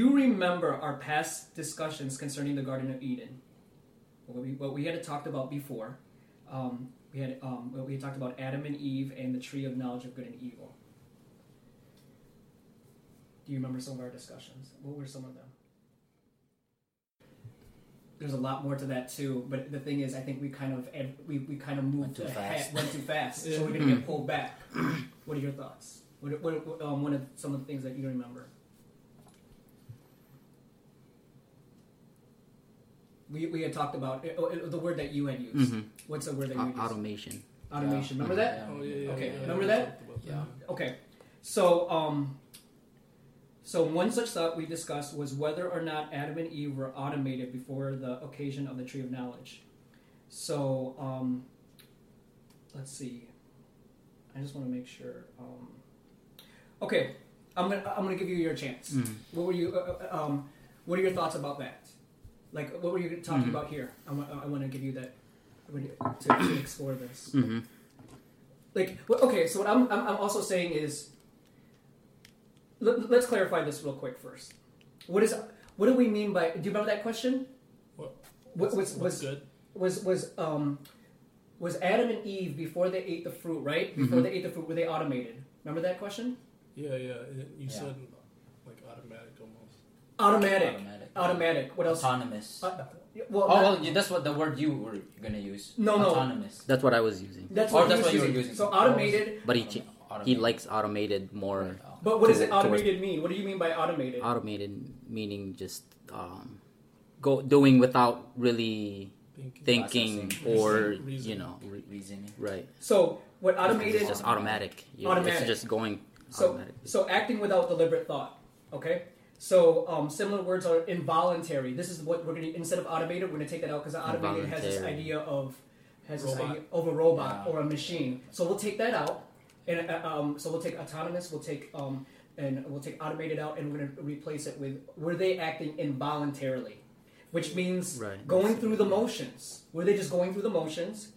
remember our past discussions concerning the Garden of Eden, what we, what we had talked about before, um, we had um, what we had talked about Adam and Eve and the tree of knowledge of good and evil. Do you remember some of our discussions? What were some of them? There's a lot more to that too, but the thing is, I think we kind of ad- we, we kind of moved Went too ahead- fast. went too fast, so we're gonna get pulled back. What are your thoughts? What, what, what um, one of some of the things that you remember? We, we had talked about uh, uh, the word that you had used. Mhm. What's the word that you Au- used? automation. Automation. Remember Yeah. that? Mm-hmm. Yeah. Oh, yeah, yeah, Okay, yeah, yeah, remember we that? talked about Yeah. Okay. So, um, so one such thought we discussed was whether or not Adam and Eve were automated before the occasion of the tree of knowledge. So, um, let's see. I just want to make sure. Um, okay, I'm gonna I'm gonna give you your chance. What were you? Uh, uh, um, what are your thoughts about that? Like, what were you talking about here? I want I want to give you that I want you to, to explore this hmm like well, okay so what i'm, I'm, I'm also saying is let, let's clarify this real quick first what is what do we mean by do you remember that question What- what was What's was good? was was um was adam and eve before they ate the fruit right Mm-hmm. before they ate the fruit were they automated remember that question Yeah, yeah. it- You Yeah. said like automatic almost. automatic Automatic. automatic what else Autonomous. Uh, well, oh, not- well, yeah, that's what the word you were gonna use. No, no. Autonomous. That's what I was using. that's or what, he oh, that's was what you were using. using. so automated But he ch- Automatic. he likes automated more. uh, but what does to- it automated mean what do you mean by automated Automated meaning just um, go doing without really Thinking. thinking Processing. or Reason- reason. you know re- Reasoning. right. so what automated It's just automatic. You know, Automatic. It's just going So, automatic. so acting without deliberate thought. Okay. So um, similar words are involuntary. This is what we're gonna instead of automated, we're gonna take that out because automated has this Involuntary. idea of has this Robot. idea of a robot Yeah. or a machine. So we'll take that out, and uh, um, so we'll take autonomous. We'll take um, and we'll take automated out, and we're gonna replace it with were they acting involuntarily, which means Right. going through the motions. Were they just going through the motions?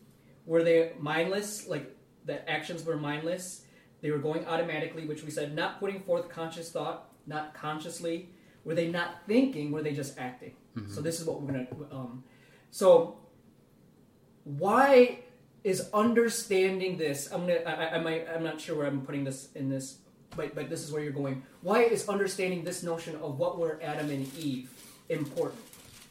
Were they mindless? Like the actions were mindless. They were going automatically, which we said not putting forth conscious thought, not consciously. Were they not thinking? Were they just acting? So this is what we're gonna. Um, so why is understanding this? I'm gonna. I, I, I might. I'm not sure where I'm putting this in this, but but this is where you're going. Why is understanding this notion of what were Adam and Eve important?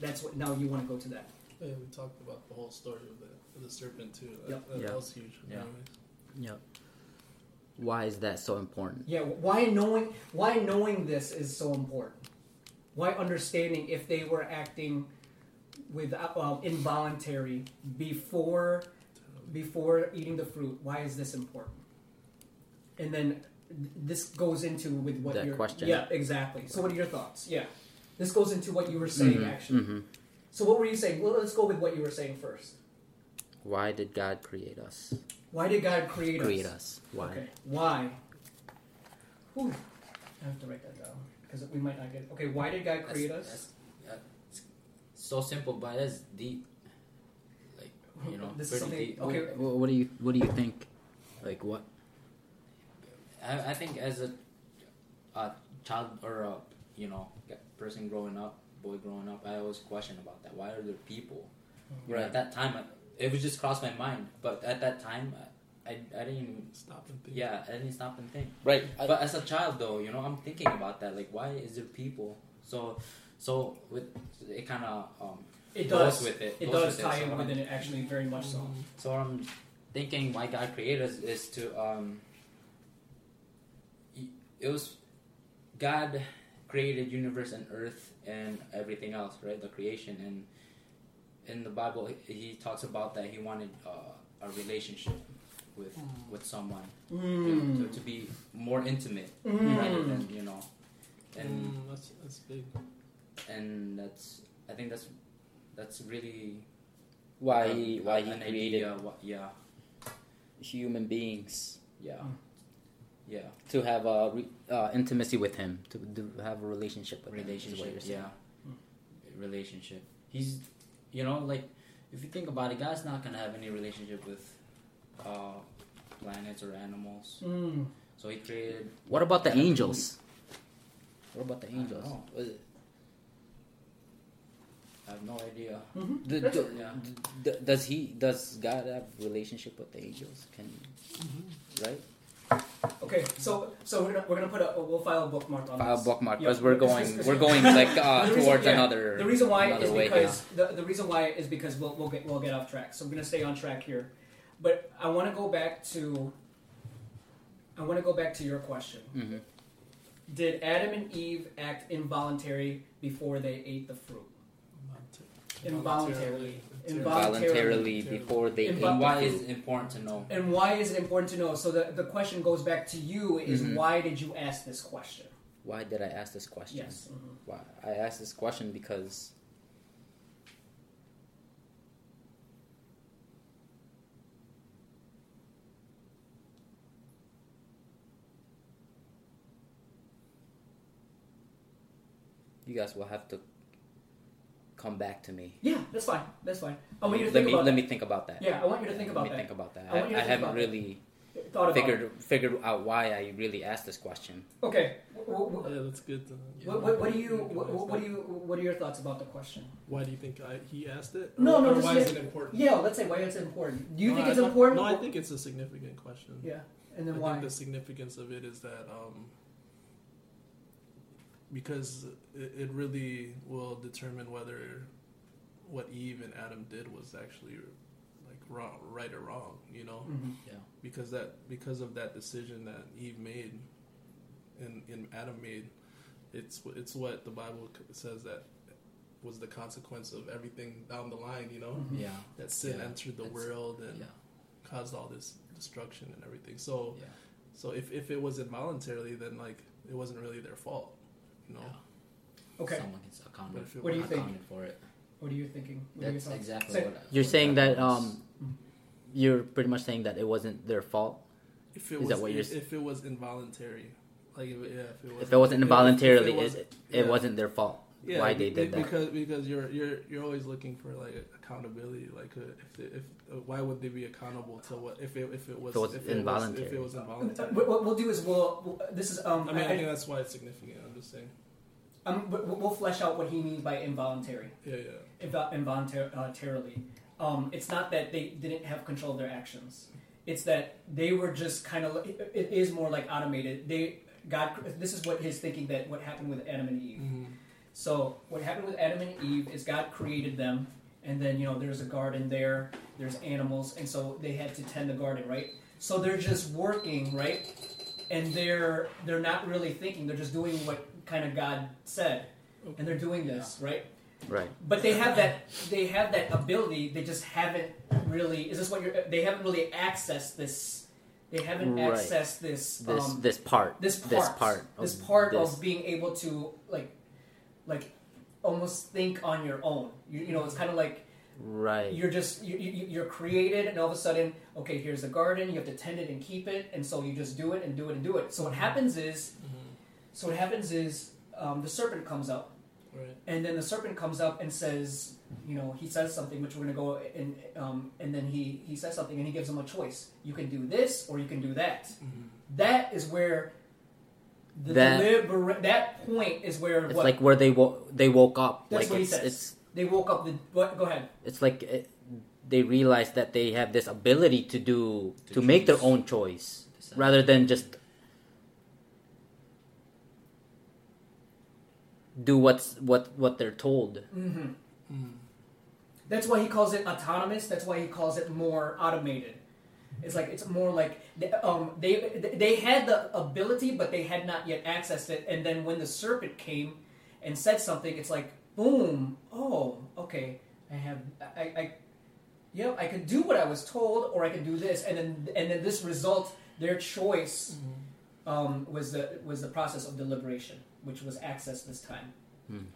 That's what. Now you want to go to that. Yeah, we talked about the whole story of the, of the serpent too. That, Yep. that, Yeah. was huge. Yeah. Anyways. Yep. Why is that so important? Yeah, why knowing why knowing this is so important. Why understanding if they were acting with uh, involuntary before before eating the fruit. Why is this important? And then th- this goes into with what That your question. Yeah, exactly. So what are your thoughts? Yeah, this goes into what you were saying actually. hmm So what were you saying? Well, let's go with what you were saying first. Why did God create us? Why did God create, Create us. Why? Okay. Why? Whew. I have to write that down because we might not get. Okay. Why did God That's- create us? that's- yeah, it's so simple, but that's deep. Like you know, This is something- pretty deep. okay. Wh- What, do you What do you think? Like what? I, I think as a, a child or a you know g- person growing up, boy growing up, I always question about that. Why are there people? You know, Mm-hmm. Right. At that time, I, it was just crossed my mind, but at that time, I, I, I didn't even Stop and think. yeah, I didn't stop and think. Right. but as a child though you know i'm thinking about that like why is there people so so with it kind of um It goes does. with it It does goes with tie so in I'm- within it, actually, very Mm, much so. so i'm thinking why god created us is to um y- it was god created universe and earth and everything else right the creation and in the bible he, he talks about that he wanted uh, a relationship with mm, with someone Mm. you know, Mm. Hmm. to, to be more intimate rather than you know and Mm, that's that's big. and that's i think that's that's really Why uh, he Why he an created idea, what, yeah human beings yeah Mm. yeah to have a re- uh, intimacy with him, to, do have a relationship with him. is what relationship you're saying. yeah Hmm. relationship he's you know like if you think about it god's not gonna have any relationship with uh planets or animals Mm. so he created What about the Yeah. angels? What about the don't angels? know. Was it- I have no idea. hmm D- d- d- Yeah. d- does he? Does God have relationship with the angels? Can right? Okay, so so we're gonna, we're gonna put a we'll file a bookmark on File this. bookmark Yeah, because Uh, we're this going discussion- we're going like uh, The reason- towards yeah, another. The reason why another is way, because the, the reason why is because we'll, we'll get we'll get off track. So I'm gonna stay on track here, but I want to go back to. I want to go back to your question. Mhm. Did Adam and Eve act involuntary before they ate the fruit? Involuntarily. voluntarily before they Invo- And ate. why is it important to know? And why is it important to know? So the, the question goes back to you: is Mhm. why did you ask this question? Why did I ask this question? Yes. mhm. Why I asked this question because you guys will have to come back to me. Yeah, that's fine. That's fine. I want you Oh, to let think me about. let me think about that. yeah, I want you to think let about me that. think about that. I I, want you to I think haven't about that. really Thought about. figured figured out why I really asked this question. it. Okay. w- w- Yeah, that's good. To, What, what, what do you what, what what do you what are your thoughts about the question? Why do you think I, he asked it? No, Or- no, or just Why yet- is it important? Yeah, let's say why it's important. Do you No, think I it's thought- important? No, I think it's a significant question. Yeah, and I then why? think the significance of it is that um, because it, it really will determine whether what Eve and Adam did was actually like wrong, right or wrong. You know, Mhm. because that because of that decision that Eve made and, and Adam made, it's it's what the Bible c- says that was the consequence of everything down the line. You know, Mhm. Yeah, that sin Mm-hmm. Yeah, entered the it's- world and yeah, caused all this destruction and everything. So. yeah. So if, if it was involuntarily, then like it wasn't really their fault, you know. Yeah. Okay, Someone gets But accounted. if it What do you was- think? accounted for it. what are you thinking? What are your That's thoughts? exactly Say- what. I- You're what saying that was. um, you're pretty much saying that it wasn't their fault. If it Is was, that what you're if, if it was involuntary, like if, it- yeah, if it was If it wasn't involuntarily, if it, it was- it, yeah. wasn't their fault yeah, why they be- did that. because because you're you're you're always looking for like accountability, like uh, if the, if uh, why would they be accountable to what if it if it was If it was if involuntary. it was Uh, involuntary. What, what we'll do is we'll, we'll- this is um I mean, I I- think that's why it's significant. I'm just saying. um, we- we'll flesh out what he means by involuntary Yeah, yeah. involuntarily. uh, Um, it's not that they didn't have control of their actions. It's that they were just kind of. It, it is more like automated. They God. This is what his thinking that what happened with Adam and Eve. Mm-hmm. So what happened with Adam and Eve is God created them, and then you know there's a garden there, there's animals, and so they had to tend the garden, right? So they're just working, right? And they're they're not really thinking. They're just doing what kind of God said, and they're doing this, right? right. But they have that they have that ability. They just haven't really. Is this what you're? They haven't really accessed this. They haven't Right. accessed this. This um, this part. this part. This part. Of This part this. of being able to like, like, almost think on your own. You, you know, it's kind of like right. you're just you, you, you're created, and all of a sudden, okay, here's the garden. You have to tend it and keep it, and so you just do it and do it and do it. So what happens is, so what happens is, um, the serpent comes up. Right. And then the serpent comes up and says, you know, he says something, which we're going to go and um, and then he he says something and he gives them a choice. You can do this or you can do that. That is where the That- delibera- that point is where it's what like where they wo- they woke up. That's like what he it's, says. it's they woke up. The what? Go ahead. it's like it, they realize that they have this ability to do to, To make their choose. own choice Decide. rather than just do what's what what they're told. hmm Mm. That's why he calls it autonomous. That's why he calls it more automated. It's like it's more like th- um, they they had the ability, but they had not yet accessed it. And then when the serpent came and said something, it's like boom, oh, okay, I have I, I yeah, I can do what I was told, or I can do this, and then and then this result, their choice um, was the was the process of deliberation, which was accessed this time.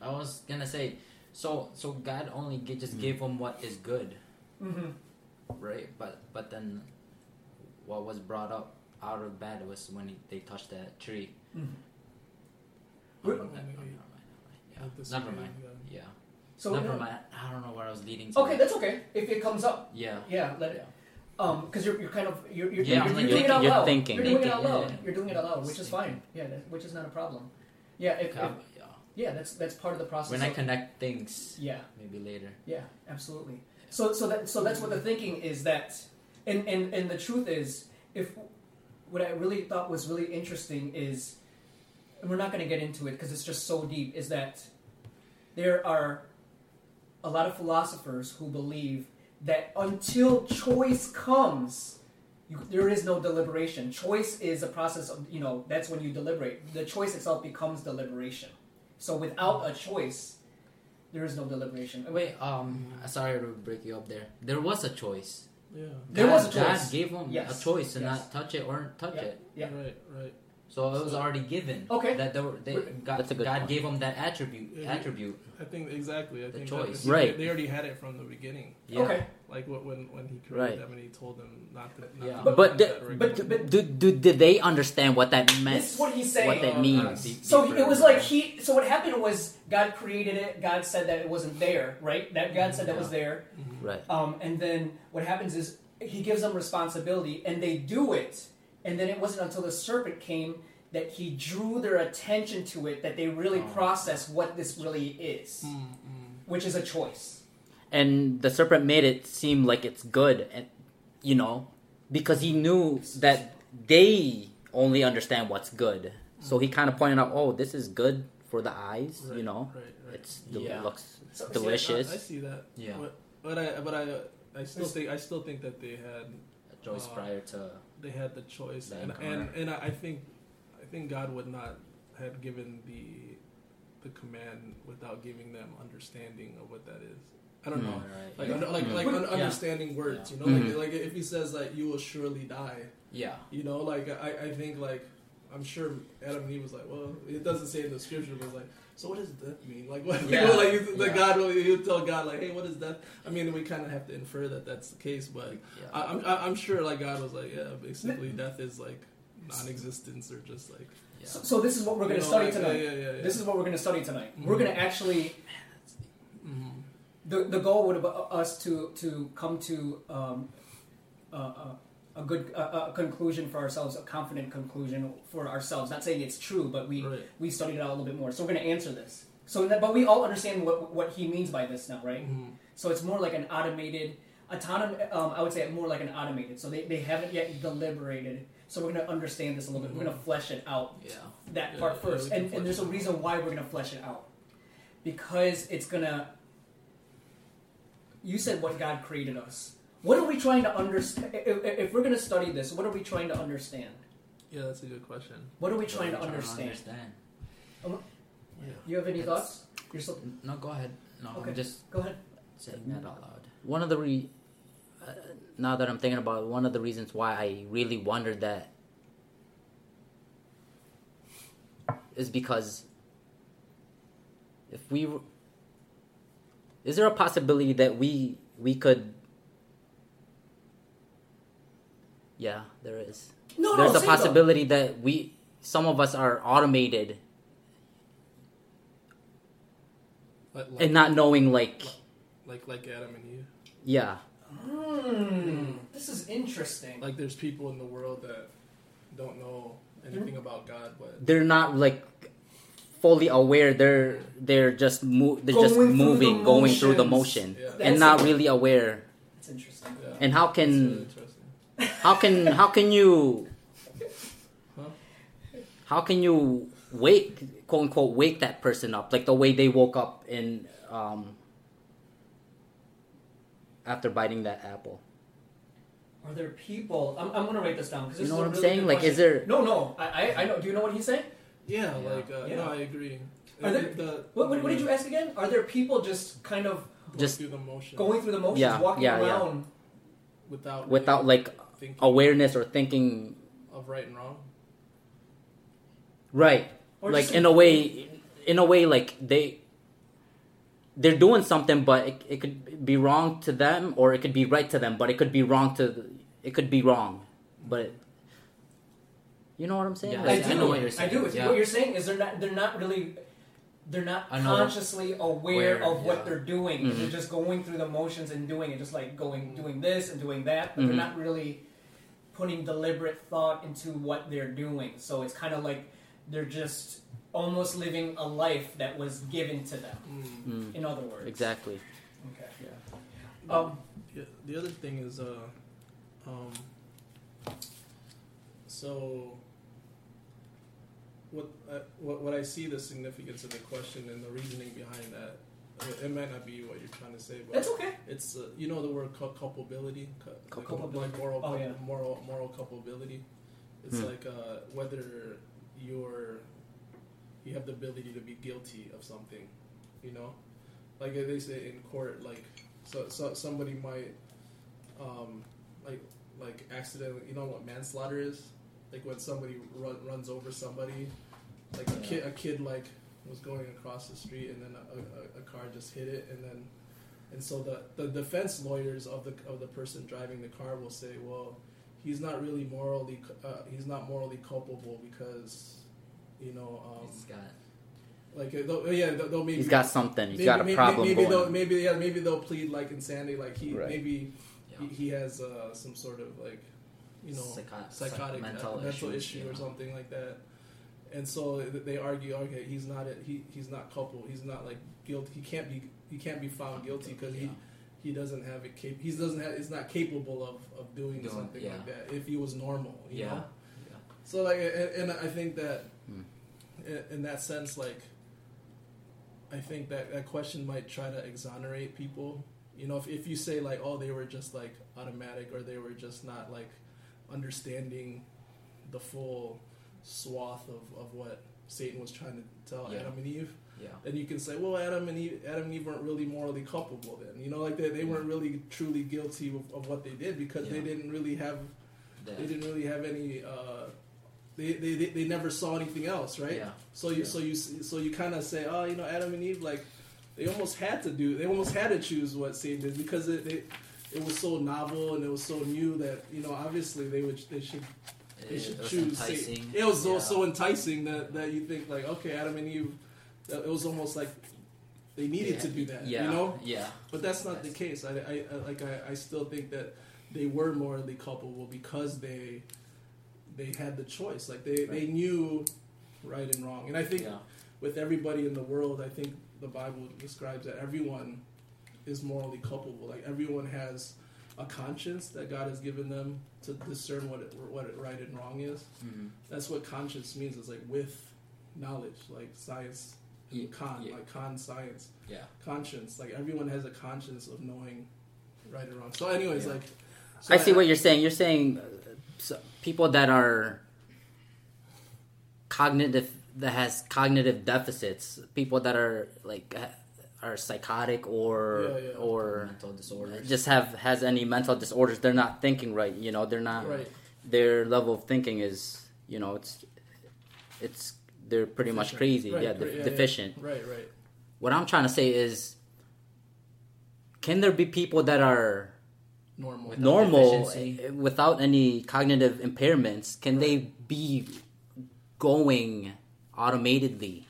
I was gonna say, so so God only gi- just gave them what is good, Mm-hmm. right? But but then, what was brought up out of bed was when he, they touched that tree. Mhm. Oh, Wait. no, no, no, never mind, never mind. Like this Yeah, never again, mind. yeah. Yeah, So never mind. I don't know where I was leading. To okay, that's okay if it comes up. yeah. Yeah, let it. yeah. Um, because you're, you're kind of you're you're, Yeah, you're, I'm like you're doing it out loud. thinking- you're thinking. You're doing it out Thinking, loud. yeah. You're doing it out loud, which is Thinking. fine. Yeah, that, which is not a problem. Yeah, if, if Cab- yeah. Yeah, that's that's part of the process. When I of- connect things, yeah, maybe later. yeah, absolutely. So so that so that's what the thinking is that, and and and the truth is, if what I really thought was really interesting is, and we're not going to get into it because it's just so deep. Is that there are a lot of philosophers who believe that until choice comes, you, there is no deliberation. Choice is a process of, you know, that's when you deliberate. The choice itself becomes deliberation. So without a choice, there is no deliberation. I mean, Wait, um, sorry to break you up there. There was a choice. Yeah. There God, was a choice. God gave them Yes. a choice to Yes. not touch it or touch Yeah. it. Yeah. Right. Right. So it was So- already given. Okay. That they were, they, God, That's a good God point. gave them that attribute. Yeah, you- attribute. I think exactly. I The think choice. That, Right. They already had it from the beginning. Yeah. Okay. Like what when when he created Right. them and he told them not to. Not Yeah. To But look in the- but- that direction. but- Do, do did they understand what that meant? This is what he's saying. What that Oh, means. deep- So deeper. it was like he. So what happened was God created it. God said that it wasn't there, right? That God said that was there. Right. Um, and then what happens is he gives them responsibility, and they do it. And then it wasn't until the serpent came that he drew their attention to it that they really Oh. process what this really is, Mm, mm. which is a choice. And the serpent made it seem like it's good, and you know, because he knew that they only understand what's good. So he kind of pointed out, oh, this is good for the eyes. Right, You know, Right. Right. it's it Yeah. looks So, so- delicious. I, I see that. Yeah. Uh, But, but I but I uh, I still Still- think I still think that they had A choice Uh, prior to. they had the choice That and and, encounter. and I, I think I think God would not have given the the command without giving them understanding of what that is. I don't Mm. know. Right, Like, yeah. un- like, Mm. like un- Yeah. understanding words, you know. Mhm. Like, like if he says like you will surely die, yeah. you know, like I, I think like I'm sure Adam and Eve was like, well, it doesn't say in the scripture, but it's like, so what does death mean? Like, what, Yeah. like, you, the Yeah. God, will- you tell God like, hey, what is death? I mean, we kind of have to infer that that's the case, but Yeah. I, I'm I- I'm sure like God was like, yeah, basically death is like non-existence or just like yeah. so, so this is what we're you going to know, study like, tonight. Yeah, yeah, yeah. yeah. This is what we're going to study tonight. We're Mhm. going to actually Mm-hmm. Mhm. the, the goal would have us to to come to um, a- a, a good a, a conclusion for ourselves, a confident conclusion for ourselves. Not saying it's true, but we Right. we studied it out a little bit more. So we're going to answer this. So, that- but we all understand what what he means by this now, right? Mhm. So it's more like an automated, autonomous. Um, I would say more like an automated. So they, they haven't yet deliberated. So we're going to understand this a little bit. We're going to flesh it out yeah. that Yeah, part yeah, first. we can and, flesh and there's it a out. reason why we're gonna flesh it out. Because it's gonna you said what God created us. What are we trying to understand? If, if we're going to study this, what are we trying to understand? Yeah, that's a good question. What are we trying to Trying understand? understand. You have any It's- thoughts? You're so, No, go ahead. No, Okay. I'm just go ahead. saying that out loud. one of the re- uh, now that I'm thinking about it, one of the reasons why I really wondered that is because if we w- is there a possibility that we we could yeah there is No, there's no, a say possibility that we some of us are automated Like, like, and not knowing like like like Adam and Eve. yeah though. Hmm, this is interesting. Like there's people in the world that don't know anything Mm-hmm. about God, but they're not like fully aware they're they're just mo- they're just Going through the moving going through the motions. motion yeah, That's and not it. really aware It's interesting. yeah. and how It's really can interesting. how can how can you Huh? how can you wake quote unquote wake that person up like the way they woke up in um after biting that apple Are there people? I'm, I'm going to write this down because you this know is what a really i'm saying good like is question. there No, no. I, I, I know. Do you know what he's saying? Yeah, Yeah. like uh, Yeah. no, I agree. uh, Are I there- think the, What, what, what did you ask again? Are there people just kind of going Just- through the motion going through the motions, Yeah, walking yeah, yeah. around? without really without like thinking awareness or thinking of right and wrong? right Or like just- in a way in a way like they they're doing something but it, it could be wrong to them or it could be right to them but it could be wrong to the, it could be wrong but you know what i'm saying Yeah, I, Like, do. I know what you're I do. saying, What yeah. you're saying is they're not. They're not really. They're not I know. consciously aware Aware, of what yeah. they're doing. Mhm. They're just going through the motions and doing it, just like going, Mm-hmm. doing this and doing that. But they're Mhm. not really putting deliberate thought into what they're doing. So it's kind of like They're just almost living a life that was given to them. Mm. Mm, In other words, exactly. Okay. Um, Yeah, the other thing is, uh, um, so what, I, what what I see the significance of the question and the reasoning behind that. It, it might not be what you're trying to say, but that's okay. it's uh, you know the word cul- culpability, cu- like- Culpability. like moral, Oh, yeah. moral, moral culpability. It's Hmm. like uh, whether you're you have the ability to be guilty of something, you know, like they say in court, like so, so somebody might um, like like accidentally, you know what manslaughter is, like when somebody run, runs over somebody, like a Yeah. kid, a kid like was going across the street and then a, a, a car just hit it and then and so the, the defense lawyers of the of the person driving the car will say, well, he's not really morally cu- uh, he's not morally culpable because you know um, He's got like uh, they'll, yeah they'll, they'll maybe He's got something. He's maybe, got a maybe- problem maybe they'll going. maybe yeah maybe they'll plead like insanity like he Right. maybe he, yeah, he has uh, some sort of like you know Psycho- psychotic mental mental, mental issues, issue you or know. something like that. And so th- they argue, okay, he's not a, he, he's not culpable. He's not like guilty. He can't be he can't be found guilty because yeah. he, he doesn't have it cap- he doesn't have is not capable of, of doing, Doing- something yeah. like that if he was normal. You Yeah. Know? Yeah. So like, and, and I think that Hmm. in, in that sense, like, I think that that question might try to exonerate people. You know, if if you say like, oh, they were just like automatic, or they were just not like understanding the full swath of, of what Satan was trying to tell Yeah. Adam and Eve, yeah. then you can say, well, Adam and Eve, Adam and Eve weren't really morally culpable then. You know, like they, they weren't really truly guilty of, of what they did because they Yeah. didn't really have That- they didn't really have any. Uh, they, they, they they never saw anything else, right? Yeah. So you Yeah. so you so you kind of say, oh, you know, Adam and Eve, like they almost had to do, they almost had to choose what Satan did because it it, it was so novel and it was so new that you know, obviously they would they should It, they should was choose. enticing. Satan. It was so, yeah. so enticing that that you think like, okay, Adam and Eve, that it was almost like they needed yeah. to do that, Yeah. you know? Yeah. But that's not the case. I, I, I like I, I still think that they were morally culpable because they they had the choice. Like they, they Right. knew right and wrong. And I think yeah. with everybody in the world, I think the Bible describes that everyone is morally culpable. Like everyone has a conscience that God has given them to discern what it, what it right and wrong is. Mhm. That's what conscience means. Is like with knowledge, like science, Ye- con, yeah. like con science Yeah. conscience. Like everyone has a conscience of knowing right and wrong. So, anyways, Yeah. like I see what you're saying. You're saying uh, so people that are cognitive that has cognitive deficits, people that are like ha- are psychotic or Yeah, yeah. or Mental disorders. just have has any mental disorders. They're not thinking right. You know, they're not. Right. Their level of thinking is you know it's it's they're pretty much Deficient. crazy. Right, yeah, right, de- yeah, yeah. deficient. Right, right. What I'm trying to say is, can there be people that are Normal. With- normal deficiency. eh, without any cognitive impairments can they be going automatedly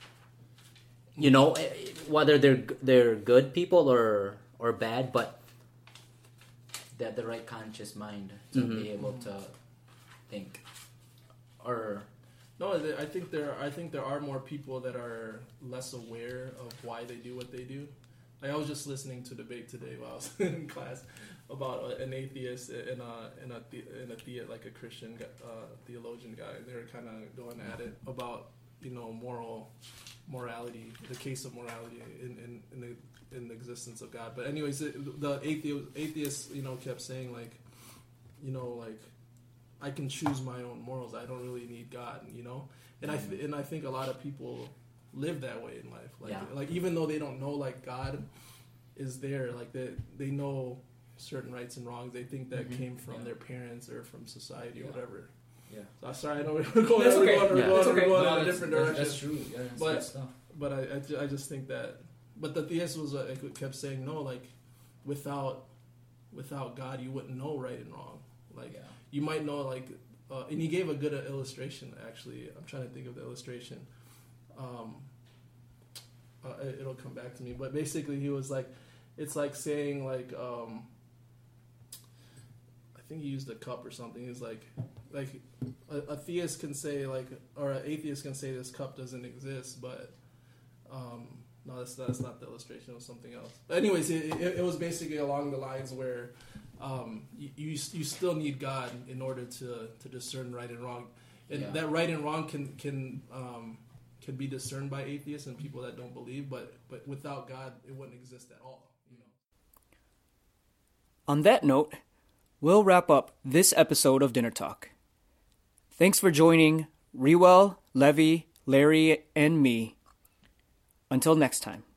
you know eh, eh, whether they're they're good people or or bad but They have the right conscious mind to be able to think. Or No, th- I think there. I think there are more people that are less aware of why they do what they do. Like I was just listening to debate today while I was in class about uh, an atheist and a and a the, and a the, like a Christian gu- uh, theologian guy. They were kind of going at it about you know moral morality, the case of morality in in, in the in the existence of God. But anyways, the, the atheist atheist you know kept saying like you know like I can choose my own morals. I don't really need God, you know. And I th- and I think a lot of people live that way in life. Like Yeah. like even though they don't know like God is there, like they they know certain rights and wrongs. They think that Mhm. came from Yeah. their parents or from society or Yeah. whatever. Yeah. So I'm sorry, I know we're going, That's we're okay. going, we're Yeah. going, That's we're okay. going No, in a that's- different that's- direction. That's true. Yeah, that's But- good stuff. But I, I, ju- I just think that, but the theist was uh, like, kept saying no, like without without God, you wouldn't know right and wrong. Like yeah. you might know like, uh, and he gave a good uh, illustration actually. I'm trying to think of the illustration. Um, uh, it- it'll come back to me, but basically he was like, it's like saying like, um, I think he used a cup or something. He's like, like a, a theist can say like, or an atheist can say this cup doesn't exist, but um, no, that's that's not the illustration. It was something else. But anyways, it, it, it was basically along the lines where um, you, you you still need God in order to to discern right and wrong, and Yeah. that right and wrong can can um, can be discerned by atheists and people that don't believe, but but without God, it wouldn't exist at all. You know. On that note, we'll wrap up this episode of Dinner Talk. Thanks for joining Rewell, Levy, Larry, and me. Until next time.